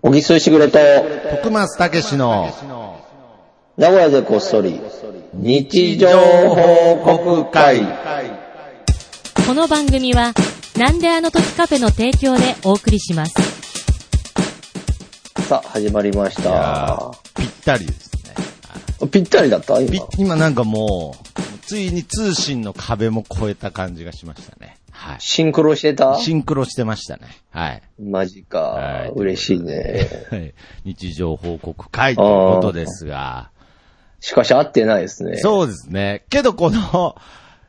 小木すしぐれと、徳松たけしの名古屋でこっそり、日常報告会。この番組は、なんであの時カフェの提供でお送りします。さあ、始まりましいやた。ーぴったりですね。ぴったりだったぴ今。今なんかもう、ついに通信の壁も越えた感じがしましたね。はい。シンクロしてたシンクロしてましたね。はい。マジはかい。嬉しいね。 はい日常報告会ということですが、しかし会ってないですね。そうですね。けどこの、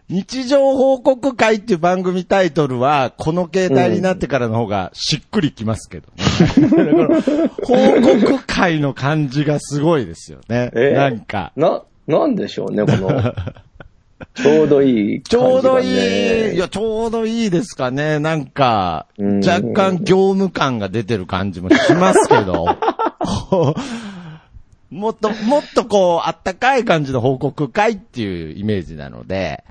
日常報告会っていう番組タイトルは、この携帯になってからの方がしっくりきますけどね。だから報告会の感じがすごいですよね。えーなんか。な、なんでしょうね、こ の、ちょうどいいちょ感うじどがね、いい、いや、ちょうどいいですかね。なんか、うん若干業務感が出てる感じもしますけ ど。こうもっと、もっとこう、あったかい感じの報告会っていうイメージなので。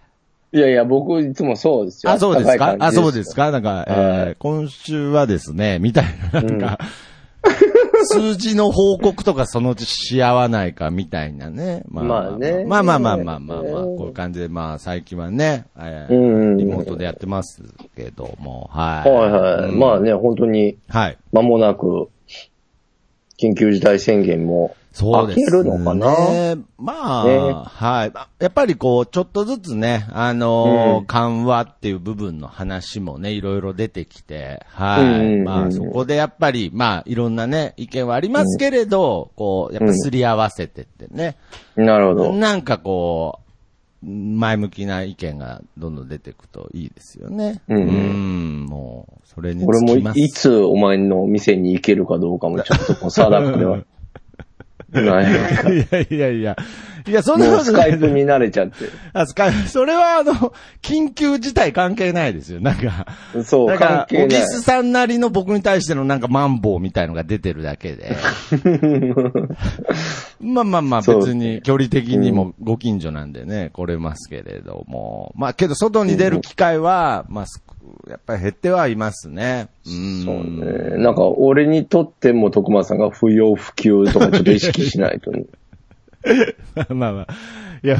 いやいや、僕いつもそうですよ。あ、そうです暖かい感あ、じよそうです。かなんか、えはー今週はですね、みたいな、なんか、数字の報告とかそのうちし合わないかみたいなね。ま あまあねまあまあまあまあまあまあ、ねこういう感じで、まあ最近はね、えーうんリモートでやってますけども、はい。はいはい。うんまあね、本当に、はい。間もなく、緊急事態宣言も、そうですね。開けるのかなまあ、ねはい。まあやっぱりこう、ちょっとずつね、あのーうん緩和っていう部分の話もね、いろいろ出てきて、はい。うんうんうんまあ、そこでやっぱり、まあ、いろんなね、意見はありますけれど、こう、やっぱすり合わせてってね、なるほど。なんかこう、前向きな意見がどんどん出てくといいですよね。うんうんんもう、それに俺つもきます。いつお前の店に行けるかどうかもちょっとこう定かで はない。 いやいやいや。いや、そんなもこうとスなカいイプに慣れちゃっあ、スカイプそれはあの、緊急事態関係ないですよ。なんか、て。そう、なん関か、係小な木い。須さんなりの僕に対してのなんかマンボウみたいのが出てるだ けで。まあまあまあそう別に距離的にもご近所なんでね、来れますけれども。まあけど外に出る機会は、まあすく、やっぱり減ってはいますね。うん。そうね。なんか、俺にとっても徳間さんが不要不急とかちょっと意識しないとね。 まあまあ。いや、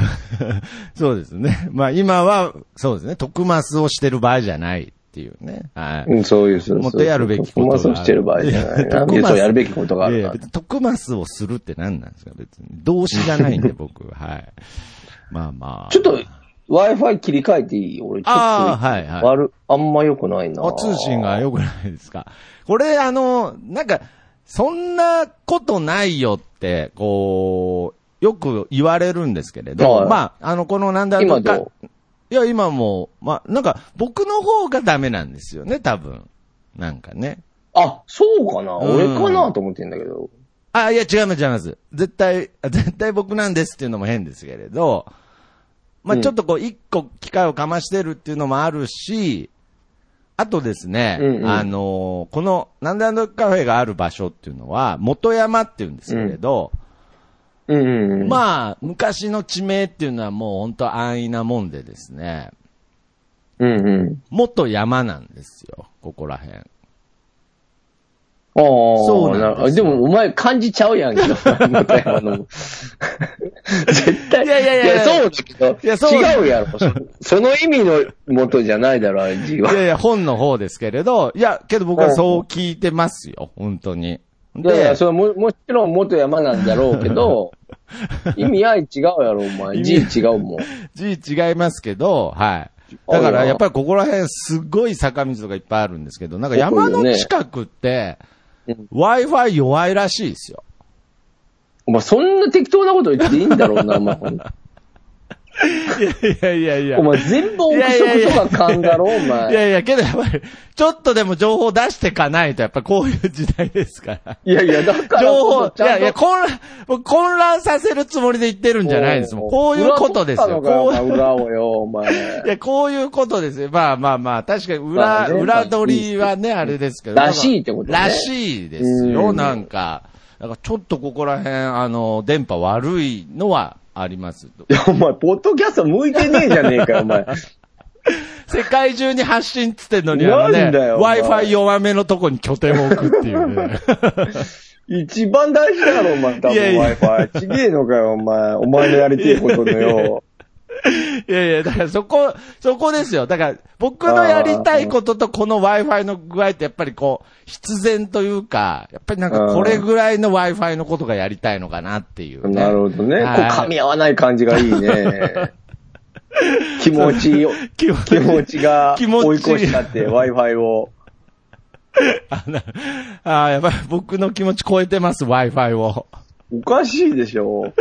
そうですね。まあ今は、そうですね。徳マスをしてる場合じゃないっていうね。はい。うん、そういう、そういう。もっとやるべきこ徳とが間ある。さんしてる場合じゃ ないな。いやそうやるべきことがあるな。特マスをするって何なんですか別に。動詞じ ゃないんで、僕。はい。まあまあ。ちょっと、Wi-Fi 切り替えていい俺、ちょっと、ああはいはい悪、あんま良くないな。あ通信が良くないですか。これ、あの、なんか、そんなことないよって、こう、よく言われるんですけれど、はいまあ、あの、このなんだろう今どいや、今もう、まあ、なんか、僕の方がダメなんですよね、多分。なんかね。あ、そうかなうん俺かなと思ってんだけど。あ、いや、違います、違います。絶対、あ絶対僕なんですっていうのも変ですけれど、まうあ、んちょっとこう、一個機会をかましてるっていうのもあるし、あとですね、うんうんあのーこの、なんであのカフェがある場所っていうのは、元山っていうんですけれど、うんうんうん。まあ、昔の地名っていうのはもう本当安易なもんでですね、うんうん。元山なんですよ、ここら辺。ああ、そうなんですでよも、お前感じちゃう やんけど。元山の絶対。いやいやいやそうだけど。いやそう違うやろ。そその意味の元じゃないだろ、あれ字は。いやいや、本の方ですけれど、いや、けど僕はそう聞いてますよ、本当に。いやいや、それも、もちろん元山なんだろうけ ど、意味合い違うやろ、お前。字違うもん。字違いますけど、はい。だから、やっぱりここら辺すごい坂道とかいっぱいあるんですけど、なんか山の近くって、Wi-Fi 弱いらしいですよ。お前、そんな適当なこと言っていいんだろうな、お前。いやいやいやお前、全部憶測とか勘だろ、お前。いやいや、けどやっぱり、ちょっとでも情報出してかないと、やっぱこういう時代ですから。いやいや、だから情こ報そ、いちゃんと、やいや、混乱、もう混乱させるつもりで言ってるんじゃないですもん。こういうことですよ。裏取こったのかうよ裏をよ、お前い。や、こういうことですよ。まあまあまあ、確かに裏、まあね裏取りはね、あれですけど。らしいってことねらしいですうよ、んなんか。なんかちょっとここら辺、あの、電波悪いのはあります。 いや、お前、ポッドキャスト向いてねえじゃねえかよ、お前。世界中に発信っつってんのに、あのね、なんだよお前 Wi-Fi 弱めのとこに拠点を置くっていうね。一番大事だろ、お前、多分いやいや Wi-Fi。ちげえのかよ、お前。お前のやりてえことのよ。いやいや、だからそこ、そこですよ。だから、僕のやりたいこととこの Wi-Fi の具合ってやっぱりこう、必然というか、やっぱりなんかこれぐらいの Wi-Fi のことがやりたいのかなっていう、 ね。なるほどね。こうはい噛み合わない感じがいい ね。気持ちよ、気持ち気持ちが気持ち追い越したって、Wi-Fi を。あなあー、やばい。僕の気持ち超えてます、Wi-Fi を。おかしいでしょ。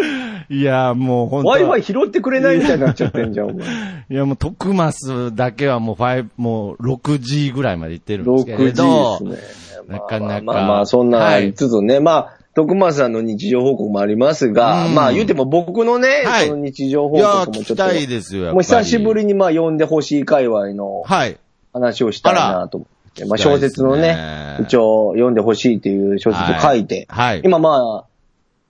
いやー、もう本当 Wi-Fi 拾ってくれないみたいになっちゃってんじゃん、お前。いや、もう、トクマスだけはもう、5、もう、6G ぐらいまでいってるんですけれど、 6G ですね。なかなかまあまあまあ、そんなありつつね、まあ、徳松さんの日常報告もありますが、うんまあ言うても僕のね、はいその日常い報やー、告も聞ちょきっと。たいですよ、やっぱり。もう久しぶりにまあ呼んでほしい界隈のはい。話をしたいなと思って、まあ小説の聞きねたいです、ね一応読んでほしいという小説を書いて、はいはい今まあ、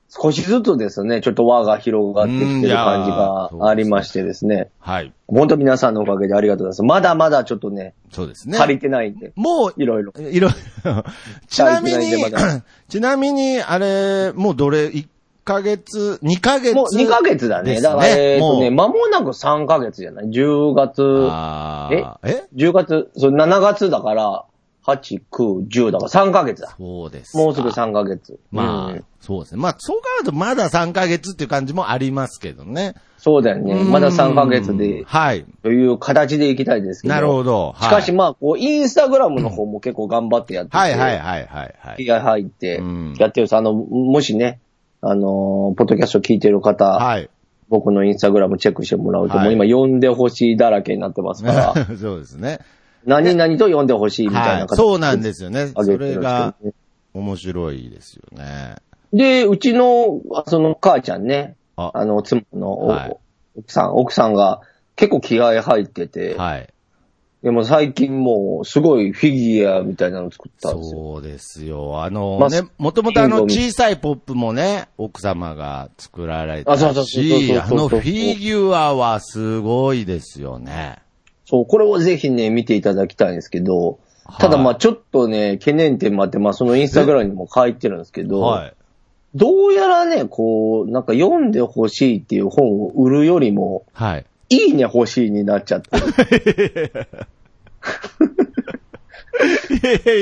少しずつですね、ちょっと輪が広がってきてる感じうんいやーがありましてですね、はい。本当皆さんのおかげでありがとうございます。まだまだちょっとね、そうですね。足りてないんで、もう、いろいろ。いろいろ。ちなみ足りてないにんでまだ、 ちなみに、あれ、もうどれ、1ヶ月、2ヶ月。もう2ヶ月だね。ですだから、えっもとうね、間もなく3ヶ月じゃない ?10 月、あーえ10月、そう、7月だから、8、9、10だから3ヶ月だ。そうですか。もうすぐ3ヶ月。まあ、うんそうですね。まあ、そう考えるとまだ3ヶ月っていう感じもありますけどね。そうだよね。まだ3ヶ月うんで、はい。という形でいきたいですけど。なるほど。はいしかしまあ、こう、インスタグラムの方も結構頑張ってやってて、はいはいはいはいはい。気合入ってうん、やってるさ、あの、もしね、あのー、ポッドキャスト聞いてる方、はい。 僕のインスタグラムチェックしてもらうと、はいもう今呼んでほしいだらけになってます から、そうですね。何々と呼んでほしいみたいないは。そうなんでですよね。そあげてるんですれけどねが面白いですよね。で、うちの、あその母ちゃんね、ああの、妻のお、はい奥さん、奥さんが結構気合入ってて、はい。でも最近もうすごいフィギュアみたいなの作ったんですよ。そうですよ。あのまあね、もともとあの金の小さいポップもね、奥様が作られあそうそたうそうそうし、そうあのフィギュアはすごいですよね。そう、これをぜひね、見ていただきたいんですけど、ただまあちょっとね、懸念点もあって、まあそのインスタグラムにも書いてるんですけど、はい。どうやらね、こう、なんか読んでほしいっていう本を売るよりも、はい。いいね欲しいになっちゃってる。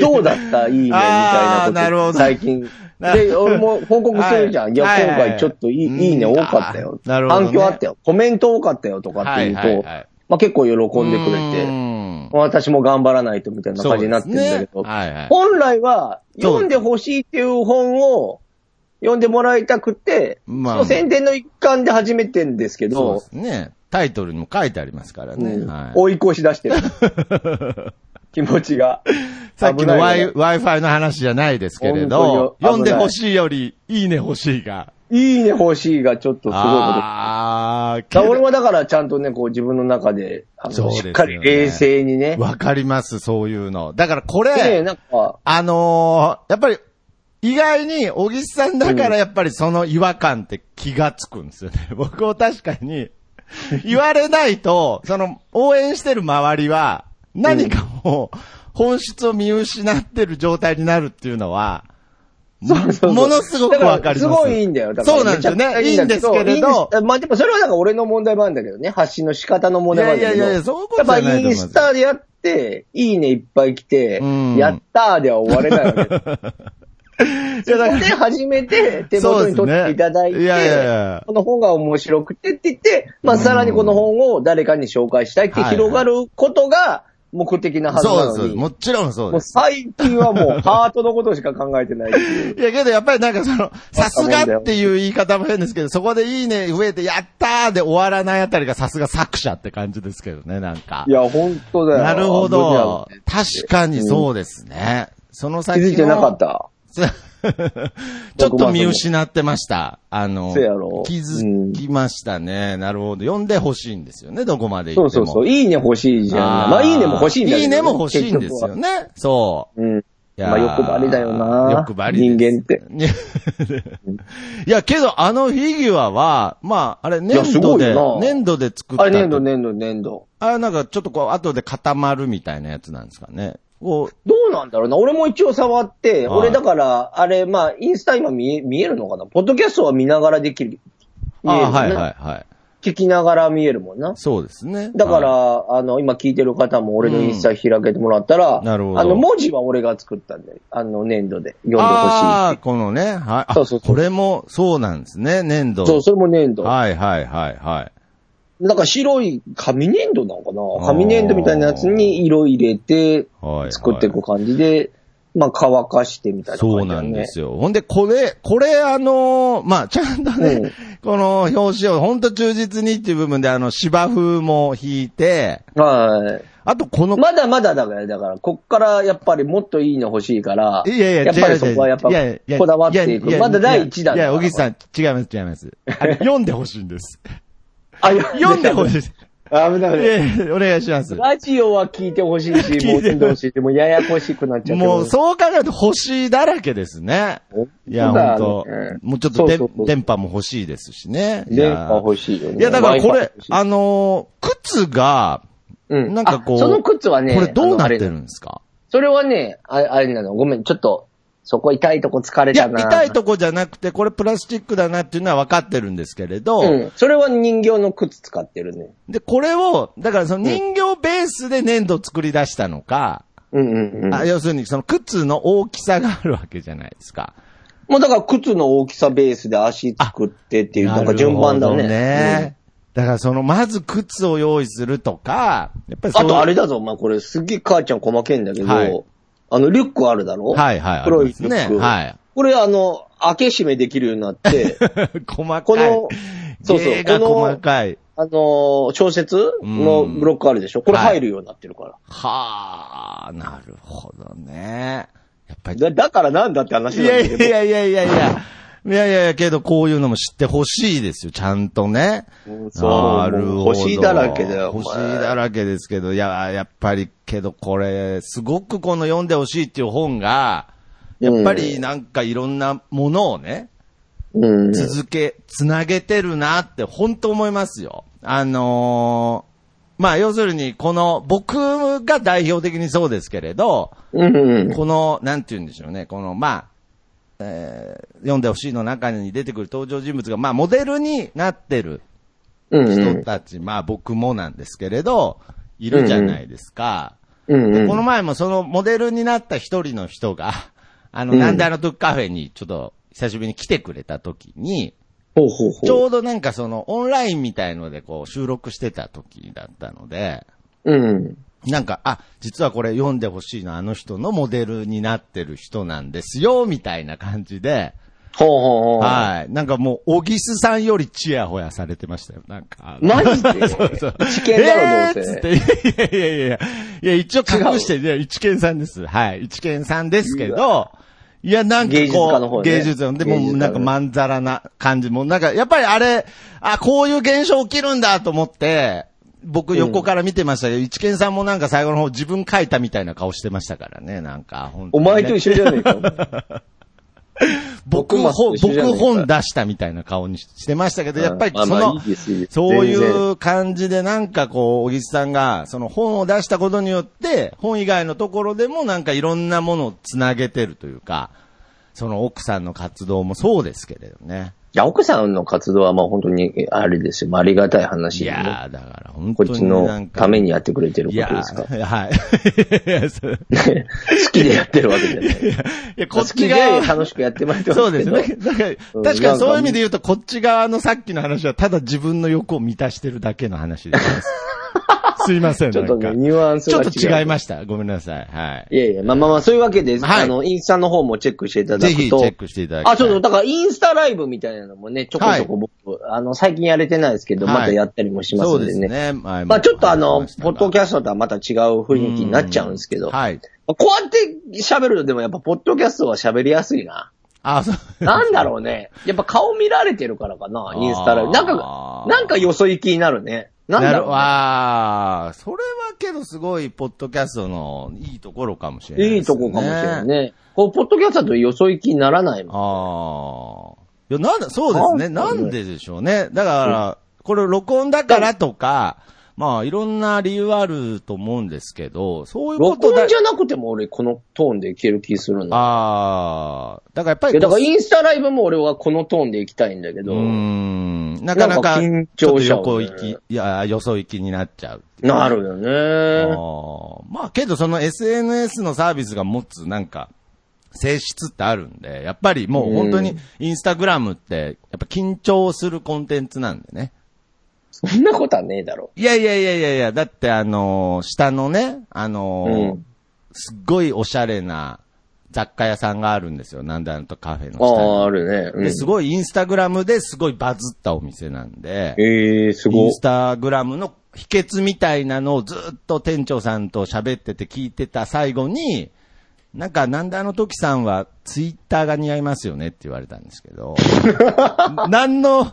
どうだったいいねみたいなこあーと。なるほど最近。なるで、俺も報告するじゃん。はいい、や、はい今回ちょっといい,、うんい、いね多かったよ。あーなるほどね反響あったよ。コメント多かったよとかっていうと、はいはいはいまあ、結構喜んでくれうて、ん私も頑張らないとみたいな感じになってるんだけそど、うですねはいはい本来はそう読んでほしいっていう本を読んでもらいたくて、まあその宣伝の一環で始めてんですけそうでど、すね。タイトルにも書いてありますからね。うんはい追い越し出してる。 気持ちが。さっきの危ない Wi- Wi-Fi の話じゃないですけれど本、当に読んでほしいより、いいね欲しいが。いいね欲しいがちょっとすごいこと。あーだから俺けはだからちゃんとね、こう自分の中で、あそうのですしっよねかり冷静にねど。わかります、そういうの。だからこれ、で、なんか、あのーやっぱり、意外に、小木さんだからやっぱりその違和感って気がつくんですよね。 僕も確かに、言われないと、その、応援してる周りは、何かもう、本質を見失ってる状態になるっていうのは、そうそうそうものすごくわかります。だらすごいいいんだよ。だからそうなんですよめちゃくね。ちゃいいんですけれいいんでど、すまあでもそれはなんか俺の問題もあるんだけどね。発信の仕方の問題もあるんだけど。いやいやいやそういうことじゃないと思やっいぱまイすンスタでやって、いいねいっぱい来て、うんやったーでは終われないわけです。 いやだからで、初めて手元に取っていただいそうですねて、いやいやいやこの本が面白くてって言って、まあさらにこの本を誰かに紹介したいって広がることが目的なはずなそうのに。ですそうです。もちろんそうもでうす。最近はもうハートのことしか考えてないっていう。いやけどやっぱりなんか その、さすがっていう言い方も変ですけど、そこでいいね増えて、やったーで終わらないあたりがさすが作者って感じですけどね、なんかい。や、本当だよ。なるほど危。確かにそうですね。そのない気先のづいてなかっ。た。 ちょっと見失ってました。あのせやろ、気づきましたね。なるほど。読んでほしいんですよね、どこまでそ行うってそも。うそう。いいね欲しいじゃん。まあ、いいねも欲しいんだけど、いいねも欲しいんですよ結ね。そう。局は。うん。やーまあ欲張りだよな欲張りです人間って。 いや、けど、あのフィギュアは、まあ、あれ、粘す土ごいでよ、な粘土で作ったあと。れ、粘土、粘土、粘土。あれ、なんか、ちょっとこう、後で固まるみたいなやつなんですかね。こう、どうなんだろうな俺も一応触って、はい俺だから、あれ、まあ、インスタ今見え見えるのかなポッドキャストは見ながらできる。見えあるーよねはいはいはい。聞きながら見えるもんな。そうですね。だから、はいあの、今聞いてる方も俺のインスタ開けてもらったら、んなるほどあの、文字は俺が作ったんで、あの、粘土で読んであほあ、このね、はい。あそうそうそうこれも、そうなんですね、粘土。しい。そう、それも粘土。はいはいはいはい。なんか白い紙粘土なのかなあー紙粘土みたいなやつに色入れてはいはい作っていく感じで、まあ乾かしてみたいな感じ、ね。そうなんですよ。ほんで、これ、これ、あのーまあ、ちゃんとね、うんこの表紙をほんと忠実にっていう部分で、あの、芝生も引いて、はい。あとこの、まだまだだから、だから、こっからやっぱりもっといいの欲しいから、いやいや、やっぱり違う違うそこはやっぱいいやこだわっていく。ややまだ第一弾いだや、かいらや小木さん、違います、違います。あ れ読んでほしいんです。あ、読んでほしいです。あ、危ないい危ない。やいやお願いします。ラジオは聞いてほしいし、てもう読んでほしいし、もうややこしくなっちゃって。もう、そう考えると星だらけですね。いや、そうだ本当ねもうちょっとでそうそうそう電波も欲しいですしね。いや電波欲しいよね。いや、だからこ Wi-Fi れ欲し、いあのー靴が、うんなんかこうあその靴はね、これどうなってあるのあれんですかそれはね、ああれなの。ごめん、ちょっと、そこ痛いとこ疲れいや、たな。痛いとこじゃなくて、これプラスチックだなっていうのは分かってるんですけれど、うん。それは人形の靴使ってるね。で、これを、だからその人形ベースで粘土作り出したのか、うんうんうん。あ要するにその靴の大きさがあるわけじゃないですか。もうだから靴の大きさベースで足作ってっていう、なんか順番だなね。るほどね。だからその、まず靴を用意するとか、やっぱうりんそあうとあれだぞ、お前これすげえ母ちゃん細けえんだけど、はいあのリュックあるだろはいはいあり黒いまリすュねック。はい これあの、開け閉めできるようになって、細かい。このそうそう芸がこの細かい。あのー小説のブロックあるでしょこれ入るようになってるから。はあ、なるほどね。やっぱり。だだからなんだって話いなんやだいけど。やいやいやいや。いやいやいや、けどこういうのも知ってほしいですよ、ちゃんとね。うんそうなるほど。星だらけだよお前星だらけですけど、いや、やっぱり、けどこれ、すごくこの読んでほしいっていう本が、やっぱりなんかいろんなものをね、うん。続け、つなげてるなって、本当思いますよ。あのーまあ、要するに、この、僕が代表的にそうですけれど、うんうん。この、なんて言うんでしょうね、この、まあ、えー読んでほしいの中に出てくる登場人物が、まあ、モデルになってるうんう人ん。たち、まあ、僕もなんですけれど、いるじゃないですか。うんうんこの前もそのモデルになった一人の人が、あの、うんなんであの時カフェにちょっと久しぶりに来てくれた時に、ほうほうほう。ちょうどなんかそのオンラインみたいのでこう収録してた時だったので、うん。なんか、あ、実はこれ読んでほしいのあの人のモデルになってる人なんですよ、みたいな感じで、ほうほうほう。はい。なんかもう、小木須さんよりチヤホヤされてましたよ、なんか。マジで そうそう一見だろどうせえーっつって、いやいやいやいや、いや、一応隠して、いや、一見さんです。はい、一見さんですけうど、いや、なんかこう、芸術家の方ね芸術家ので、も芸う術家のなんかまんざらな感じも、なんか、やっぱりあれ、あ、こういう現象起きるんだと思って、僕横から見てましたけど、一見さんもなんか最後の方自分書いたみたいな顔してましたからね、なんか、本当おにね前と一緒じゃねえか。お前僕、僕ほ松と一緒じゃない僕か本出したみたいな顔にしてましたけど、やっぱりまそあまあのいいですよ、そう全い然う感じでなんかこう、小木さんが、その本を出したことによって、本以外のところでもなんかいろんなものをつなげてるというか、その奥さんの活動もそうですけれどね。いや、奥さんの活動はまあ本当に、あれですよ。まあありがたい話いでねやー、だから本当こっちになんのか。ためにやってくれてるいこやとですから。ー、はい。い やそう好きでやってるわけじゃない。いや、こ好っちき側では楽しくやってもらってそうますでけすど。ね。だから、うん確かにそういう意味で言うと、こっち側のさっきの話は、ただ自分の欲を満たしてるだけの 話です。すいません、ちょっなとんかね、。ニュアンスちがょ違っう。と違いました。ごめんなさい。はい。いやいや、まあまあまあ、そういうわけで、はいあの、インスタの方もチェックしていただぜひくチと。ェックしていただきたい。あ、そうそう、だからインスタライブみたいなのもね、ちょこちょこ僕、あの、最近やれてないですけど、はいまたやったりもしますそんでうですね。ね。ままあちょっとあの、ポッドキャスャストとはまた違う雰囲気になっちゃうんですけど、はい。こうやって喋るのでもやっぱポッドキャストは喋りやすい な。あ、そう。なんだ ろうね。やっぱ顔見られてるからかな、インスタライブ。あーなんか、なんかよそ行きになるね。なんだろうねわあ、それはけどすごい、ポッドキャストのいいところかもしれないい、いとこかもしれない。ね。こう、ポッドキャストだとよそ行きにならないもん。ああ。いや、なんだ、そうですね。ななんだろうんででしょうね。だから、これ録音だからとか、まあ、いろんな理由あると思うんですけど、そういうこ録とだ音じ。ゃなくても俺このトーンでいける気するな。ああ。だからやっぱいや、り、だからインスタライブも俺はこのトーンで行きたいんだけうど、ーん。なかなか、なんか緊ちょっ張としちゃうね横行き、いや、よそ行きになっちゃうっていう。なるよね。あーまあけどその SNS のサービスが持つなんか、性質ってあるんで、やっぱりもう本当うにインスタグラムって、やっぱ緊張するコンテンツなんでね。そんなことはねえだろ。いやいやいやいやいや、だってあのー下のね、あのーうんすっごいおしゃれな雑貨屋さんがあるんですよ。なんだなんとカフェのあ下あ、あるね。うに。んで、すごいインスタグラムですごいバズったお店なんで、ええすイごンス。タグラムの秘訣みたいなのをずっと店長さんと喋ってて聞いてた最後に、なんか、なんであの時さんはツイッターが似合いますよねって言われたんですけ ど、なんの、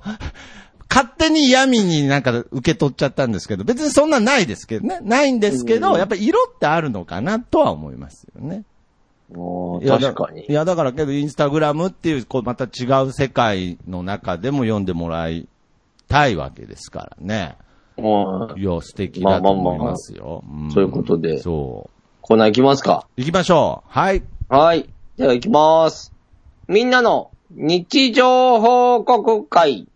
勝手に嫌味になんか受け取っちゃったんですけど、別にそんなんないですけどね。ないんですけど、やっぱ色ってあるのかなとは思いますよね。あいやあだ確かにい。や、だからけど、インスタグラムっていう、こう、また違う世界の中でも読んでもらいたいわけですからね。うんいや、素敵だと思いますよ。んそういうことでそコーナー行きますか。う。行きましょう。はい。はい。では行きます。みんなの日常報告会。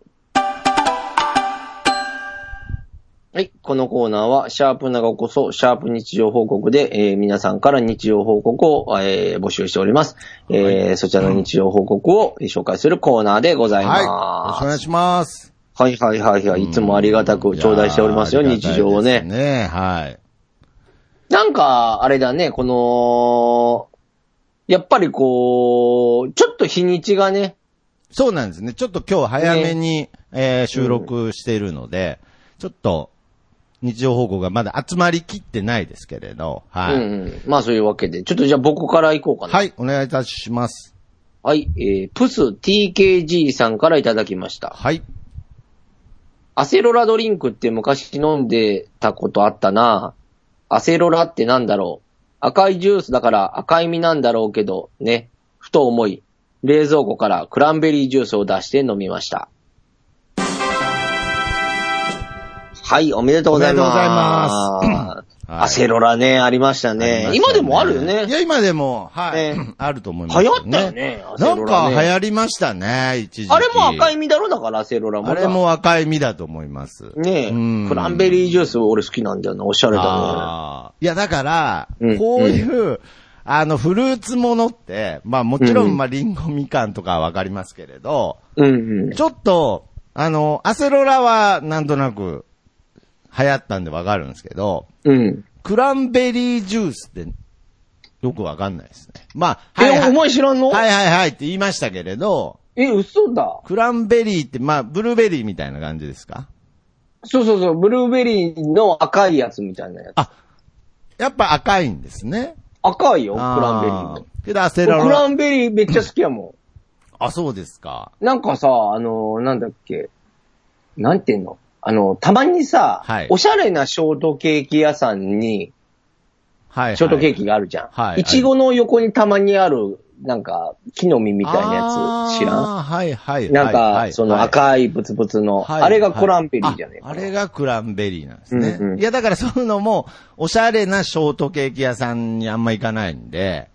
はい。このコーナーは、シャープ長こそ、シャープ日常報告で、えー皆さんから日常報告を、えー募集しております、えーそちらの日常報告を紹介するコーナーでございまはす。い。よろしくお願いします。はいはいはいはい。いつもありがたく頂戴しておりますよ、いやー日常をありね。がたいですね、はい。なんか、あれだね、この、やっぱりこう、ちょっと日にちがね、そうなんですね。ちょっと今日早めに、えー収録しているので、ちょっと、日常報告がまだ集まりきってないですけれど、はい。うんうん。まあそういうわけで。ちょっとじゃあ僕から行こうかな。はい、お願いいたします。はい。えー、プス TKG さんからいただきました。はい。アセロラドリンクって昔飲んでたことあったなアセロラってなんだろう。赤いジュースだから赤い実なんだろうけど、ね。ふと思い、冷蔵庫からクランベリージュースを出して飲みました。はい、おめでとうございます。おめでとうございますはいアセロラね、ありましたね。あり今ましたでもあるよねい。や、今でも、はい。ねあると思います、流行ったよ。ね、アセロなラ、ね。んか流行りましたね、一時期。あれも赤い実だろだから、アセロラも。あれ。も赤い実だと思います。ねえ、うんクランベリージュース俺好きなんだよな、おしゃれだあーいや、だから、うんこういう、あの、フルーツものって、まあもちろうんん、まあリンゴみかんとかはわかりますけれど、ね。うんうん。ちょっと、あの、アセロラはなんとなく流行ったんでわかるんですけど、うん。クランベリージュースってよくわかんないですね。まあ、え、はいはおい、前知らんの、はいはいはいって言いましたけれど、え、嘘だ。クランベリーって、まあ、ブルーベリーみたいな感じですかそうそうそう、ブルーベリーの赤いやつみたいなやつ。あやっぱ赤いんですね。赤いよ、クランベリあーー。けどアセロ俺ラ。クランベリーめっちゃ好きやもあ、そうですか。ん。なんかさ、あのーなんだっけ。なんていうのあの、たまにさ、はいおしゃれなショートケーキ屋さんに、はい、はい。ショートケーキがあるじゃん。はいいちごの横にたまにある、なんか、木の実みみたいなやつ、知らんあーはいはい。なんはいはか、いそのは赤いブツブツの、いはいあれがクランベリーじゃねえああかな。れがクランベリーなんですね。うんうんいや、だからそういうのも、おしゃれなショートケーキ屋さんにあんま行かないんで、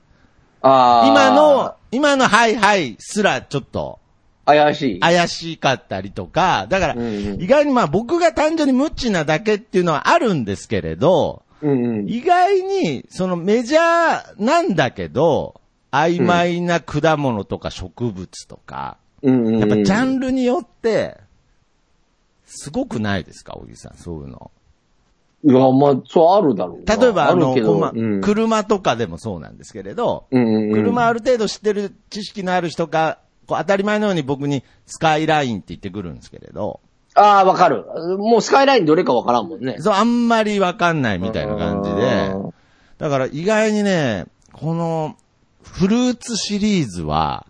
あー今の、、今のはいはいすらちょっと怪しい。怪しかったりとか、だから、うんうん意外にまあ僕が単純に無知なだけっていうのはあるんですけれど、うんうん。意外に、そのメジャーなんだけど、曖昧な果物とか植物とか、うんうんうん。やっぱジャンンルによって、すごくないですか、小木さん、そういうの。いや、まあ、そうあるだろうな。例えば、あの、るけどこうまうん車とかでもそうなんですけれど、うんうんうん車ある程度知ってる知識のある人が、こう当たり前のように僕にスカイラインって言ってくるんですけれど、ああ、わかる。もうスカイラインどれかわからんもんね。そう、あんまりわかんないみたいな感じであー、だから意外にね、この、フルーツシリーズは、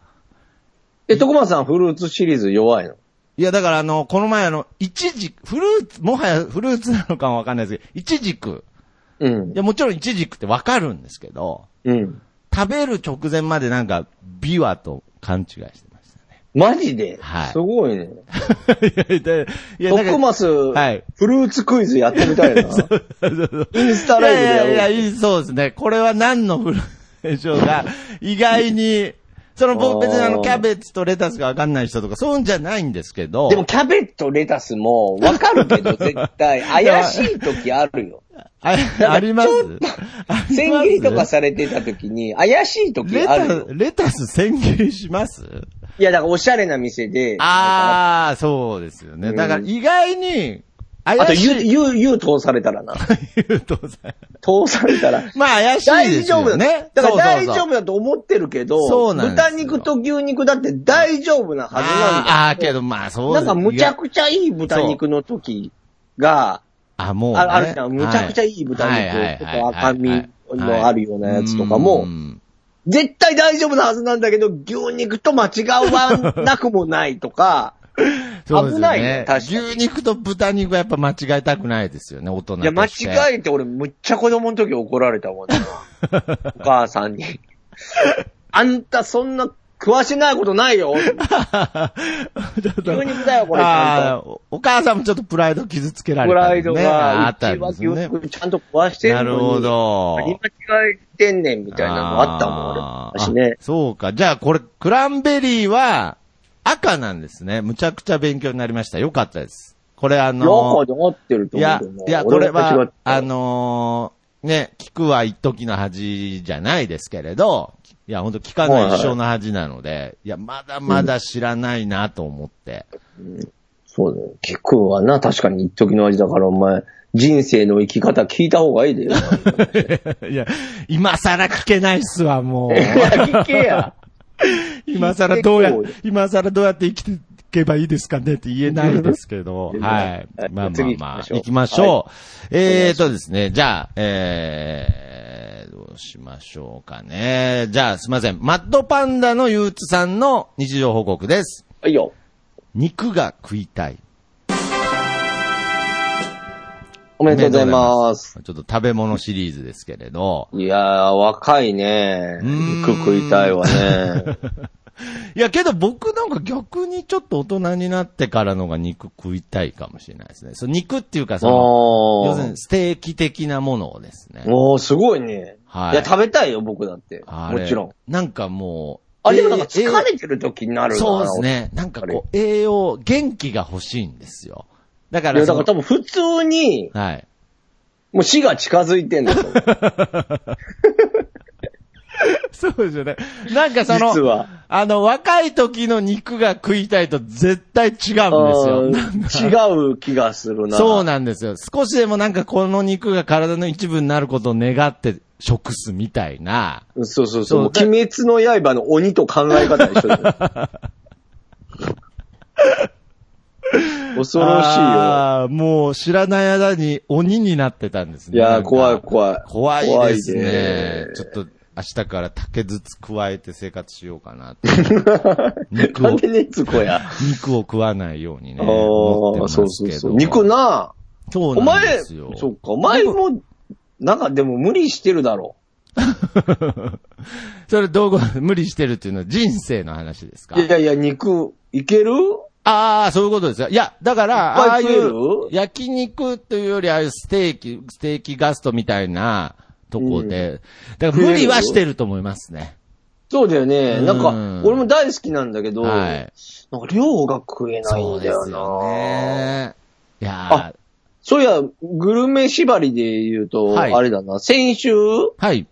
え、徳間さんフルーツシリーズ弱いの。いいや、だからあの、この前あの、いちじく、フルーツ、もはやフルーツなのかもわかんないですけど、いちじく。うんい。や、もちろんいちじくってわかるんですけど、うん。食べる直前までなんか、ビワと勘違いしてましマジではいすご いね。たね。いや、いや、いや、徳なんか、ス、はいフルーツクイズやってみたいな。イン スタいライブでやろやう。いやいや、いい、そうですね。これは何のフルーツでしょう か。意外に、その、僕別にああの、ーキャベツとレタスがわかんない人とか、そういうんじゃないんですけど、でもキャベツとレタスもわかるけど、絶 対。怪しい時あるよ。あありますあり千ます切りとかされてた時に、怪しい時レあるタスよ、。レタス千切りしますいや、だからおしゃれな店で。ああ、そうですよね。だから意外に、あと、怪しゆ、い。ゆ、ゆ通されたら な。言うとさ通されたら。まあ怪しい大です丈夫よだねね。。だから大そ丈うそうそう夫だと思ってるけど、そうなんですよ豚肉と牛肉だって大丈夫なはずなんだよ。あーあー、けどまあそうなんかむちゃちくちゃいい豚肉の時が、ゃ、あ、もう、ね。ああるじゃんむちゃくちゃいい豚肉ちょっと赤身のあるようなやつとかもうん絶対大丈夫なはずなんだけど、牛肉と間違わなくもないと か、そうですよ危ないね確かに牛肉と豚肉はやっぱ間違えたくないですよね、大人いや、間として。違えて俺むっちゃ子供の時怒られたもんな。お母さんに。 あんたそんな食わしてないことない よ。 ちょっと牛肉だよ、これ。ちゃんあーおお母さんもちょっとプライド傷つけらとれプたんライでドすね、が、あうっちたんはです牛ね。肉ちゃんと食わしてるのなに。るほ。ど。間違えてんねん、みたいなのあったもん、俺。私あね。そうか。じゃあ、これ、クランベリーは、赤なんですね。むちゃくちゃ勉強になりました。よかったです。これ、あ両の方で合ってるとい思うやけどな。、いや、これ俺が違っはた、あのーね、聞くは一時の恥じゃないですけれど、いや、本当聞かない一生の恥なので、いや、まだまだ知らないなと思って。そうだよ。聞くわな、確かに一時の味だから、お前、人生の生き方聞いた方がいいでよ。いや、今更聞けないっすわ、もう。いや、聞けや。今更どうや聞いてこ、今更どうやって生きていけばいいですかねって言えないですけ ど、言えはないい。はいまあまあ次行きまあま、しょう行きましょう。えーとですね、じゃあ、えー、どうしましょうかね。じゃあ、すいません。マッドパンダの憂鬱さんの日常報告です。いいよ。肉が食いたい。おめでとうございます。おめでとうございます。ちょっと食べ物シリーズですけれど。いやー、若いね。うーん肉食いたいわね。いや、けど僕なんか逆にちょっと大人になってからのが肉食いたいかもしれないですね。そう肉っていうか その、お要するーに。ステーキ的なものをですね。おー、すごいね。はいいや、食べたいよ、僕だって。あれもちろん。。なんかもう。あ、でもなんか疲えーれてる時になえーるなそうです。ね。なんかこう、栄養、元気が欲しいんですよ。だいかや、らだかそらの、多分普通に、はい。 もう死が近づいてんだと思うそうですよね。なん かその、実は。あの、若い時の肉が食いたいと絶対違うんですよ。なんかあー違う気がするな。 そうなんですよ。少しでもなんかこの肉が体の一部になることを願って食すみたいな。そうそうそうそう。もう鬼滅の刃の鬼と考え方一緒 だよ。恐ろしいよ。あーもう知らない間に鬼になってたんですね。いやなんー、か怖い怖い。怖いですね。怖いちねょっと明日から竹ずつ加えて生活しようかなって。 肉なんをで、熱子や。肉を食わないようにね。ああ思ってまー、すけそどうそうそう。肉なそうおなん前、ですよ。そっか、お前も、なんかでも無理してるだろ。 それどうご、無理してるっていうのは人生の話ですかいやいや、肉、いけるああ、そういうことですよ。いや、だから、いっあぱあいい食えるう、焼肉というより、ああいうステーキ、ステーキガストみたいなとこで、だから無理はしてると思いますね。そうだようね。んなんか、俺も大好きなんだけど、はい。なんか量が食えないそうんだでよすよな。ね。いやあそういや、グルメ縛りで言うと、はいあれだな、先週、ーはい、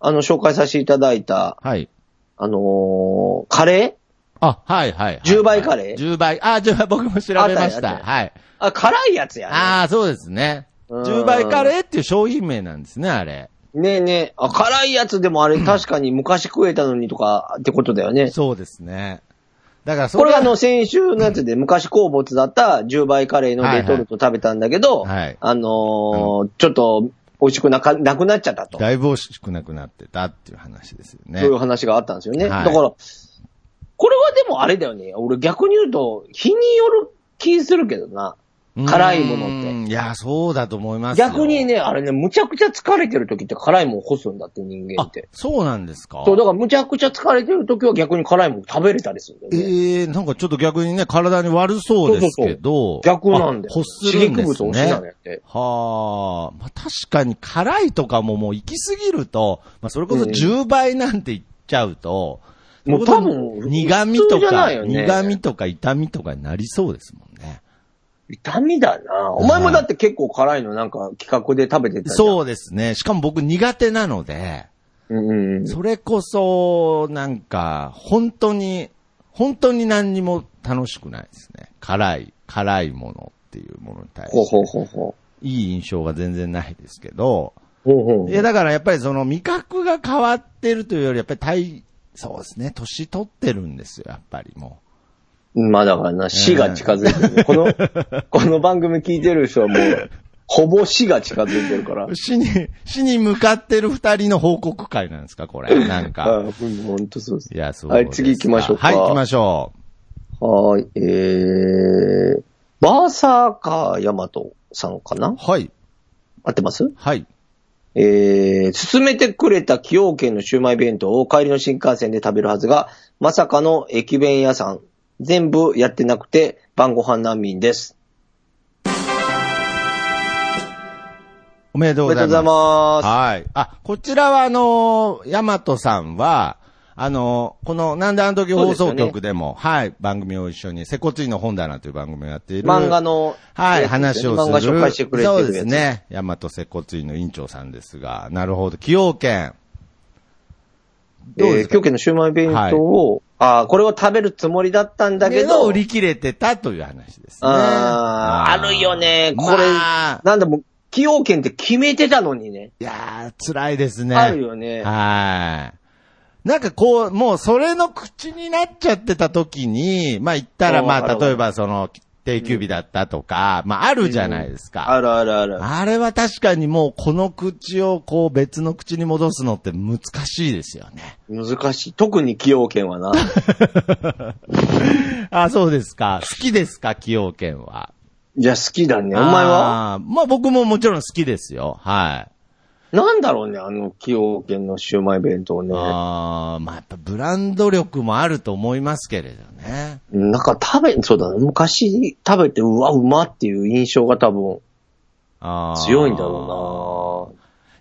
あの、紹介させていただいた、はい。あのーカレあ、はい、はい。 10倍カレー ?10 倍。あ、10倍、僕も調べましあったよあた。ったはい。ーあ、辛いやつやね。ああ、そうですね。うん10倍カレーっていう商品名なんですね、あれ。ねえねえ。あ、辛いやつでもあれ確かに昔食えたのにとかってことだよね。そうですね。だからそこれはあの、先週のやつで昔好物だった10倍カレーのレトルト食べたんだけど、はいはいあのーちょっと美味しくなか、なくなっちゃったと。だいぶ美味しくなくなってたっていう話ですよね。そういう話があったんですよね。はいだから、これはでもあれだよね。俺逆に言うと、日による気するけどな。うん辛いものって。いや、そうだと思いますよ。逆にね、あれね、むちゃくちゃ疲れてる時って辛いもん干すんだって人間っあて。、そうなんですかそう、だからむちゃくちゃ疲れてる時は逆に辛いもん食べれたりするんだよね。ええなんかちょっと逆にね、体に悪そうですけど。逆なんだよ。あ欲するんです刺激物欲しいねな。のやって。はあ、まあ確かに辛いとかももう行き過ぎると、まあそれこそ10倍なんて言っちゃうと、もう多分苦味と普通じゃか、ないよね苦味とか痛みとかになりそうですもんね。痛みだな。お前もだって結構辛いのなんか企画で食べてたじゃん。そうですね。しかも僕苦手なので、うんうんうん。それこそ、なんか、本当に、本当に何にも楽しくないですね。辛い、辛いものっていうものに対ほうして。ほうほうほいい印象が全然ないですけど、う。ほうほういや、だからやっぱりその味覚が変わってるというより、やっぱり体、そうですね、年取ってるんですよ、やっぱりもまあだからな、死が近づいてる、この、 この番組聞いてる人はもう、ほぼ死が近づいてるからう。。死に、死に向かってる二人の報告会なんですか、これ。なんあか。うん、ほんとそうですい。や、そうですか。はい次行きましょうかはい、行きましょう。はーい、えー、バーサーカーヤマトさんかなはい、合ってますはい。えー、勧めてくれた崎陽軒のシウマイ弁当を帰りの新幹線で食べるはずが、まさかの駅弁屋さん。全部やってなくて、晩ご飯難民です。おめでとうおごめでざというございまます。す。はい。あ、こちらはあのー、ヤマトさんは、あのー、この、なんであの時放送局でも、はい、番組を一緒に、セコツイの本棚という番組をやっている。漫画の、はい、やつです話ねをする。漫画紹介してくれてるやつ。そうですね。大和接骨院の院長さんですが、なるほど。崎陽軒。どうえでー、すか京家のシウマイ弁当を、ああ、これを食べるつもりだったんだけど、売り切れてたという話ですね。あーあるよね。これ、まあなんだもう、崎陽軒って決めてたのにね。いやー、辛いですね。あるよね。はい。なんかこう、もうそれの口になっちゃってた時に、まあ言ったら、おーなまるあほど例えばその、定休日だったとか、まああるじゃないですか。あるあるある。あれは確かにもうこの口をこう別の口に戻すのって難しいですよ ね。難しい。特に崎陽軒はな。あ、そうですか。好きですか、崎陽軒は。いや、好きだね。お前はあーまあ僕ももちろん好きですよ。はい。なんだろうね、あの崎陽軒のシウマイ弁当ね。ああ、まあやっぱブランド力もあると思いますけれどね。なんか食べ、そうだね。昔食べて、うわ、うまっていう印象が多分あー強いんだろ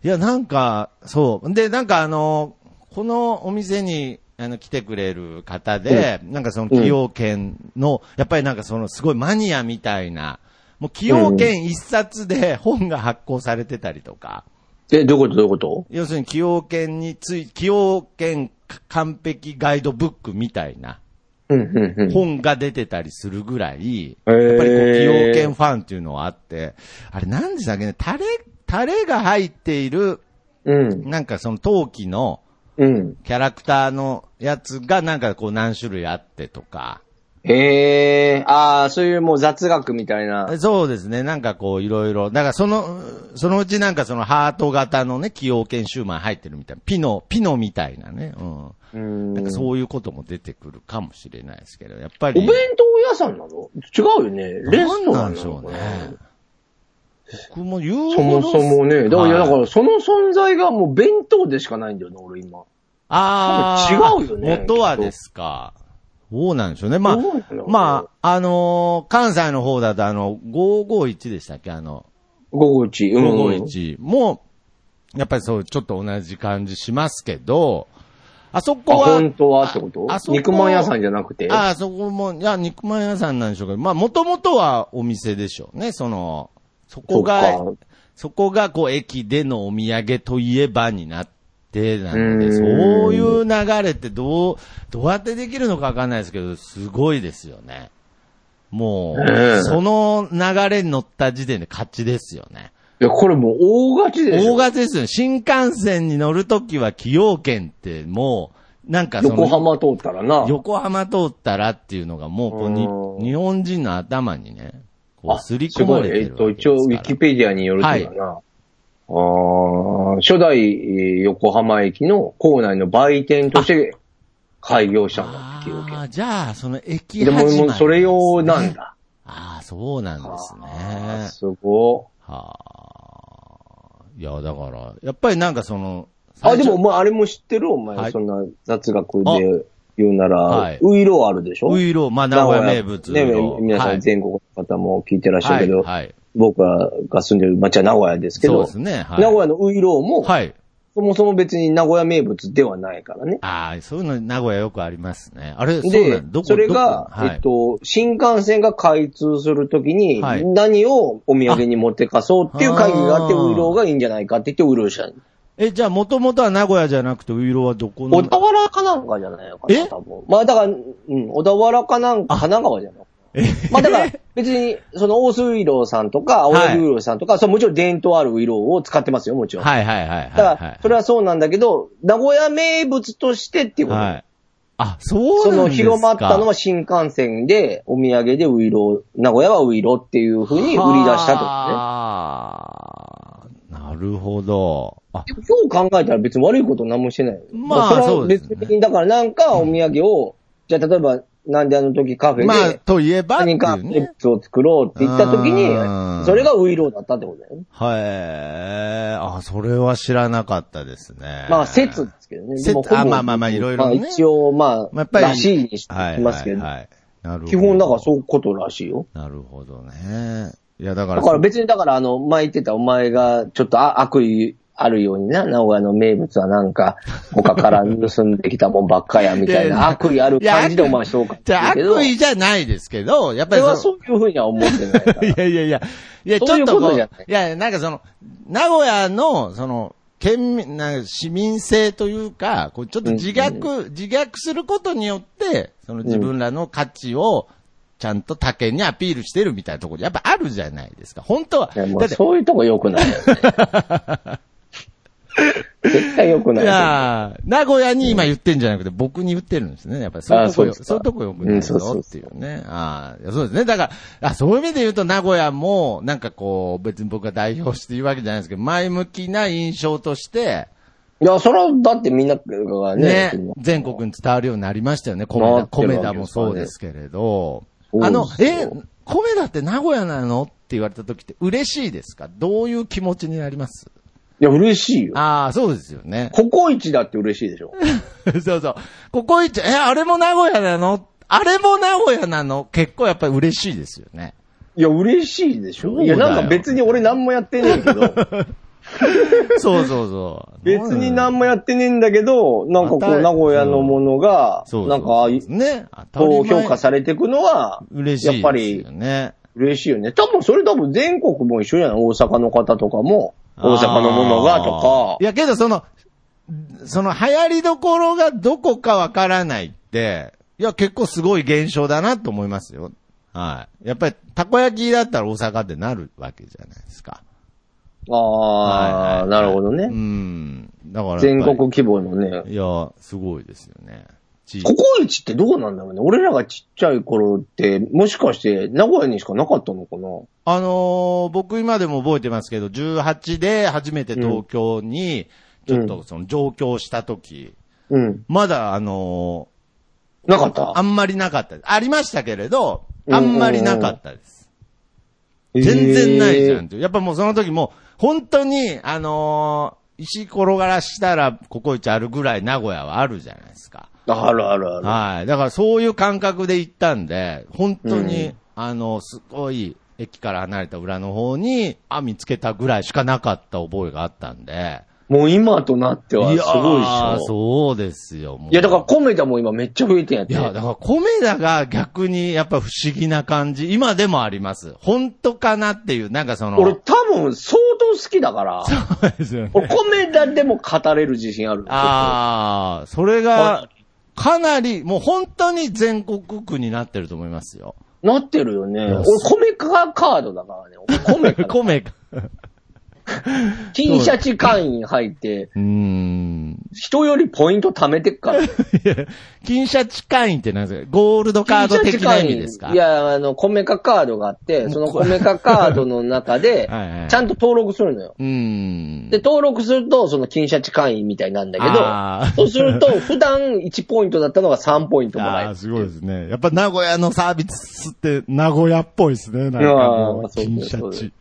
ういや、なんか、そう。で、なんかあの、このお店に、あの、来てくれる方で、なんかその、崎陽軒の、やっぱりなんかその、すごいマニアみたいな、もう、崎陽軒一冊で本が発行されてたりとか、なえ、どういうことどういうこと要するに、崎陽軒につい、崎陽軒完璧ガイドブックみたいなうん、うん、うん。本が出てたりするぐらい、へーやっぱりこう、崎陽軒ファンっていうのはあって、あれ、なんでしたっけね、タレ、タレが入っている、うん、なんかその陶器のうん。キャラクターのやつがなんかこう何種類あってとか。へえ、ああ、そういうもう雑学みたいな。そうですね。なんかこういろいろ。だからその、そのうちなんかそのハート型のね、崎陽軒シューマイ入ってるみたいな。ピノ、ピノみたいなね。うん。うん。なんかおそういうことも出てくるかもしれないですけど、やっぱり。弁当屋さんなの違うよね。レス何トなラんンでなしょのうかねな。。僕も言うそほもど。そもね。だから、いやはいだからその存在がもう弁当でしかないんだよね、俺今。あ多あ。分違うよね元はですか。そうなんでしょうね。まあどうなんだろ、うまあ、あのー関西の方だとあの、551でしたっけあの、午後一。うん551も、やっぱりそう、ちょっと同じ感じしますけど、あそこあは、本当はってことああそこ肉まん屋さんじゃなくてああそこも、いや、肉まん屋さんなんでしょうけど、まあ、もともとはお店でしょうね、その、そこが、そっそかこが、こう、駅でのお土産といえばになって、なのうで、んそういう流れってどう、どうやってできるのかわかんないですけど、すごいですよね。もう、ねえその流れに乗った時点で勝ちですよね。いや、これもう大勝ちでしょ。大型ですよね。新幹線に乗るときは崎陽軒ってもう、なんかその横浜通ったらな。横浜通ったらっていうのがもうこううんに、日本人の頭にね、こあうすり込まれてするごいえっと、わけで一すか応、ら。ウィキペディアによるとだな。あー初代えー横浜駅の構内の売店として開業者になっていうわけ。あーじゃあ、その駅でも、始まりもうそれ用なんですね。だ。ああ、そうなんですね。すごはあ。いや、だから、やっぱりなんかその、い。あ、で最も、初、まあ、あれも知ってるお前、はいそんな雑学あで言うなら、はいウイローあるでしょウイロー、まあ、名古屋名物の。ね、皆さん全全国の方も聞いてらっしゃるけど、はい。はい僕らが住んでる町は名古屋ですけそうど、ですね。はい。名古屋のウイローも、はい。そもそも別に名古屋名物ではないからね。ああ、そういうの名古屋よくありますね。あれ、そうなでんど、こそれどがこ、はい、えっと、新幹線が開通するときに、はい何をお土産に持ってかそうっていう会議があって、あーウイローがいいんじゃないかって言って、ウイローしたの。え、じゃあ、もともとは名古屋じゃなくて、ウイローはどこの小田原かなんかじゃないのかえな、多分。まあだから、うん、小田原かなんか、神奈川じゃないのえまあだから、別に、その大水ウイローさんとか、青柳ウイローさんとか、そうもちろん伝統あるウイローを使ってますよ、もちろん。はいはいはいはい、はい。だから、それはそうなんだけど、名古屋名物としてっていうこと。はい。あ、そうそなんのですか。広まったのは新幹線で、お土産でウイロー、名古屋はウイローっていう風に売り出したとね。ああ、なるほど。あ、今日考えたら別に悪いこと何もしてないよ。まあだかられはそうですね別に、だからなんかお土産を、じゃあ例えば、なんであの時カフェまあ、で、といえばってい何かう名ね。物を作ろうって言った時にうん、それがウイローだったってことだよね。はい。あ、それは知らなかったですね。まあ、説ですけどね。説でもほぼあまあまあまあいろいろねまあ一応、ままあやあっ、ぱりらしいにしてきますけどはい。はいはいなるほど。基本、だからそういうことらしいよ。なるほどね。いや、だから。だから別に、だからあの、前言ってたお前が、ちょっとあ悪意あるようにな、名古屋の名物はなんか、他から盗んできたもんばっかや、みたい いやいなや悪意ある感じでお前紹介しじゃあてるけど、悪意そじゃないですけど、やっぱりれはそそのういうふうには思ってない から。 いやいやいや。いや、ちそういょっうとこことう、じいゃないや、なんかその、名古屋の、その、県民、なんか市民性というか、こうちょっと自虐、自虐することによって、その自分らの価値を、ちゃんと他県にアピールしてるみたいなところ、やっぱあるじゃないですか。本当は。いやもだうって、そういうとこ良く ないよね。絶対良くいないよ。やー名古屋に今言ってんじゃなくて、僕に言ってるんですね。やっぱりそういうとこあーそうでよ、すかそういうとこよくないぞうんそうそうっていうね。ああ、そうですね。だから、あそういう意味で言うと名古屋も、なんかこう、別に僕が代表して言うわけじゃないですけど、前向きな印象として、いや、それは、だってみんながねね、、全国に伝わるようになりましたよね。コメ回ダ、ってコるわけメですからねダもそうですけれど。そうあの、ですえよ、コメダって名古屋なのって言われた時って嬉しいですかどういう気持ちになりますいや、嬉しいよ。ああ、そうですよね。ココイチだって嬉しいでしょ。 そうそう。ここ一、え、あれも名古屋なのあれも名古屋なの結構やっぱり嬉しいですよね。いや、嬉しいでしそうょ。だいよや、なんか別に俺何もやってねえけど。そうそうそ う。別に何も。もやってねえんだけど、なんかこう、名古屋のものが、そうなんか、ね。こう評価れされていくのは、嬉しいですよ、ね。やっぱり嬉しいよね。多分それ多分全国も一緒じゃない大阪の方とかも、大阪のものがあーいとか。やけどその、その流行りどころがどこかわからないって、いや結構すごい現象だなと思いますよ。はい。やっぱり、たこ焼きだったら大阪ってなるわけじゃないですか。はいはいあはあ、いなるほどうね。ん。だからやっぱり。全国規模のね。いや、すごいですよね。地ココイチってどうなんだろうね。俺らがちっちゃい頃って、もしかして名古屋にしかなかったのかなあのー僕今でも覚えてますけど、18で初めて東京に、ちうんょっとその上京した時、うん。まだあのなかっーあたんまりなかったです。ありましたけれど、うんあんまりなかったです。全然ないじゃんっえていう。やっぱもうその時も、本当に、あのー石転がらしたら、ココイチあるぐらい名古屋はあるじゃないですか。ーあるあるある。はい。だからそういう感覚で行ったんで、本当に、うんあの、すごい、駅から離れた裏の方に、あ、見つけたぐらいしかなかった覚えがあったんで。もう今となってはすごいっしーょ。そうですよ、もういや、だから、コメダも今めっちゃ増えてんやっいて。や、だから、コメダが逆に、やっぱ不思議な感じ、今でもあります。本当かなっていう、なんかその、俺多分相当好きだから、そうですよね。俺コメダでも語れる自信ある。 ああ、それはが、かなり、もう本当に全国区になってると思いま すよ。なってるよね。いや 俺コメカカードだからね。俺コメカ。コメダ。 T シャチ会員入って、うーん。人よりポイント貯めてっから。いや金シャチ会員って何ですかゴールド カード的な意味ですかいや、あの、コメカカードがあって、そのコメカカードの中で はいはい、ちゃんと登録するのよ。うーん。で、登録すると、その金シャチ会員みたいになんだあーけど、そうすると、普段1ポイントだったのが3ポイントもらえああ、る。すごいですね。やっぱ名古屋のサービスって名古屋っぽいですね。なんかもあう、あそう金ですシそうャですチ。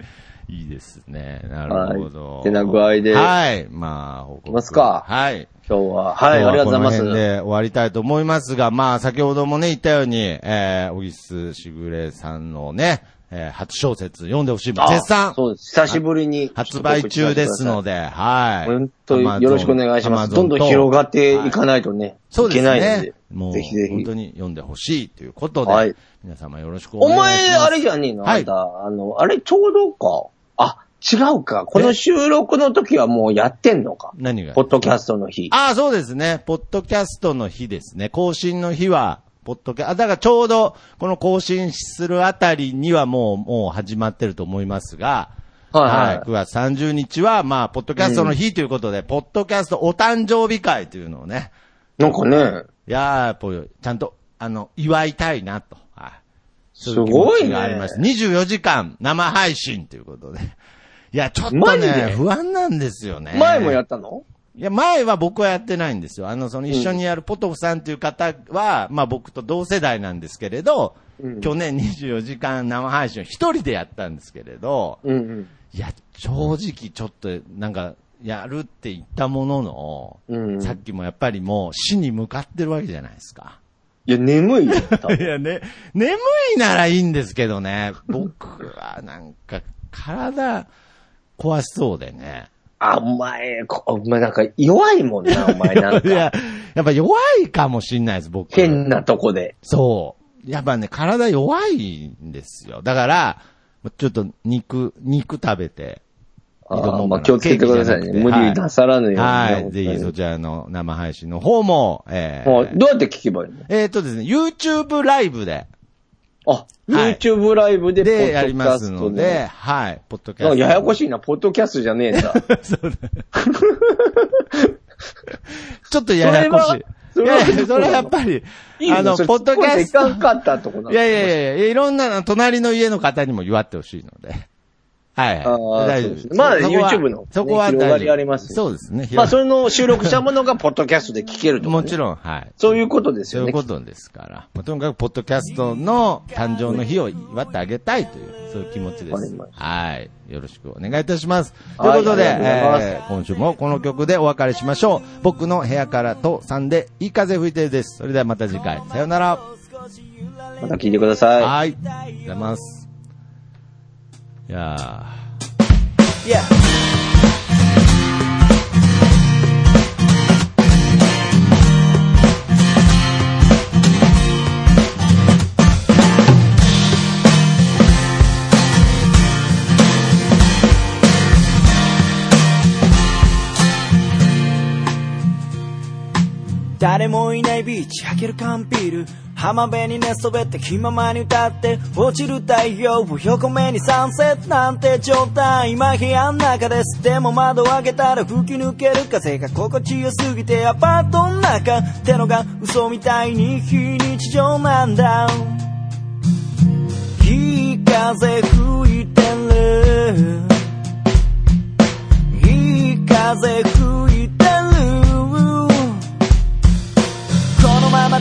いいですね。なるほど。はいってな具合ではい。まあ、報告いきますかはい。今日は。はい、ありがとうございます今日はこの。辺で終わりたいと思いますが、まあ、先ほどもね、言ったように、えー、小木須しぐれさんのね、えー、初小説読んでほしい。あ絶賛そうです。久しぶりに。発売中ですので。で、はい。本当によろしくお願いします。 Amazon どんどん広がっていはかないとね、そういでけすないのねで。。もう、ぜひぜ本ひ当。に読んでほしいということで、はい皆様よろしくおお願いします。前、あれじゃねえのはあいんた、あの、あれちょうどか。あ、違うか。この収録の時はもうやってんのか。何がポッドキャストの日。ああ、そうですね。ポッドキャストの日ですね。更新の日は、ポッドキャ、あ、だからちょうど、この更新するあたりにはもう、もう始まってると思いますが、はい9月30日は、まあ、ポッドキャストの日ということで、ポッドキャストお誕生日会というのをね、なんかね、いやー、やっぱちゃんと、あの、祝いたいなと。はい。すごいねそうう気持ちがあります。24時間生配信ということで。 いや、ちょっとマジでね、不安なんですよね。前もやったのいや、前は僕はやってないんですよ。あの、その一緒にやるポトフさんという方は、まあ僕と同世代なんですけれど、去年24時間生配信を一人でやったんですけれど、うんうん。いや、正直ちょっと、なんか、やるって言ったものの、うんさっきもやっぱりもう死に向かってるわけじゃないですか。いや、眠いよ。 いやね、眠いならいいんですけどね、僕はなんか体壊しそうでね。あ、お前、こお前なんか弱いもんな、お前なんいか。や、やっぱ弱いかもしんないです、僕。変なとこで。そう。やっぱね、体弱いんですよ。だから、ちょっと肉、肉食べて。あ挑もうかなーまあ、気をつけてくださいケね。ーキじゃ無なくて理なさらぬようにね。はい。はい本当ぜにひそちらの生配信の方も、えーもうどうやって聞けばいいのえーっとですね、YouTube ライブで、あ、はい YouTube ライブで、ポで、ッやドりキャますストので、で。はい、ポッドキャなスんト。かややこしいな、ポッドキャストじゃねえん だ。ちょっとややこしい。それはいやいやそれはやっぱりいい、のあの、それポッドキャス突っ込んでいかんかト。ったとこなのいやいやいや、いろんなの、隣の家の方にも祝ってほしいので。はいはい。あー大丈そうで夫ですす。まあそこは YouTube のそこはね大丈夫広がりありますよそうですね。まあ、それれの収録したものが、ポッドキャストで聞けると、もちん。ろん、はい。そういうことですそうよいね。うことですから。まあ、とにかく、ポッドキャストの誕生の日を祝ってあげたいという、そういう気持ちでわかりすま。しはい。よろしくお願いいたします。といはういことで、ありがとうございますえー今週もこの曲でお別れしましょう。僕の部屋からとさんで、いい風吹いてるです。それではまた次回。さようなら。また聞いてください。はい。ありがとうございます。いやー。誰もいないビーチ開ける缶ビール浜辺に寝そべって気ままに歌って落ちる太陽を横目にサンセットなんて状態今部屋の中ですでも窓を開けたら吹き抜ける風が心地よすぎてアパートの中ってのが嘘みたいに非日常なんだいい風吹いてるいい風吹いてるこのまま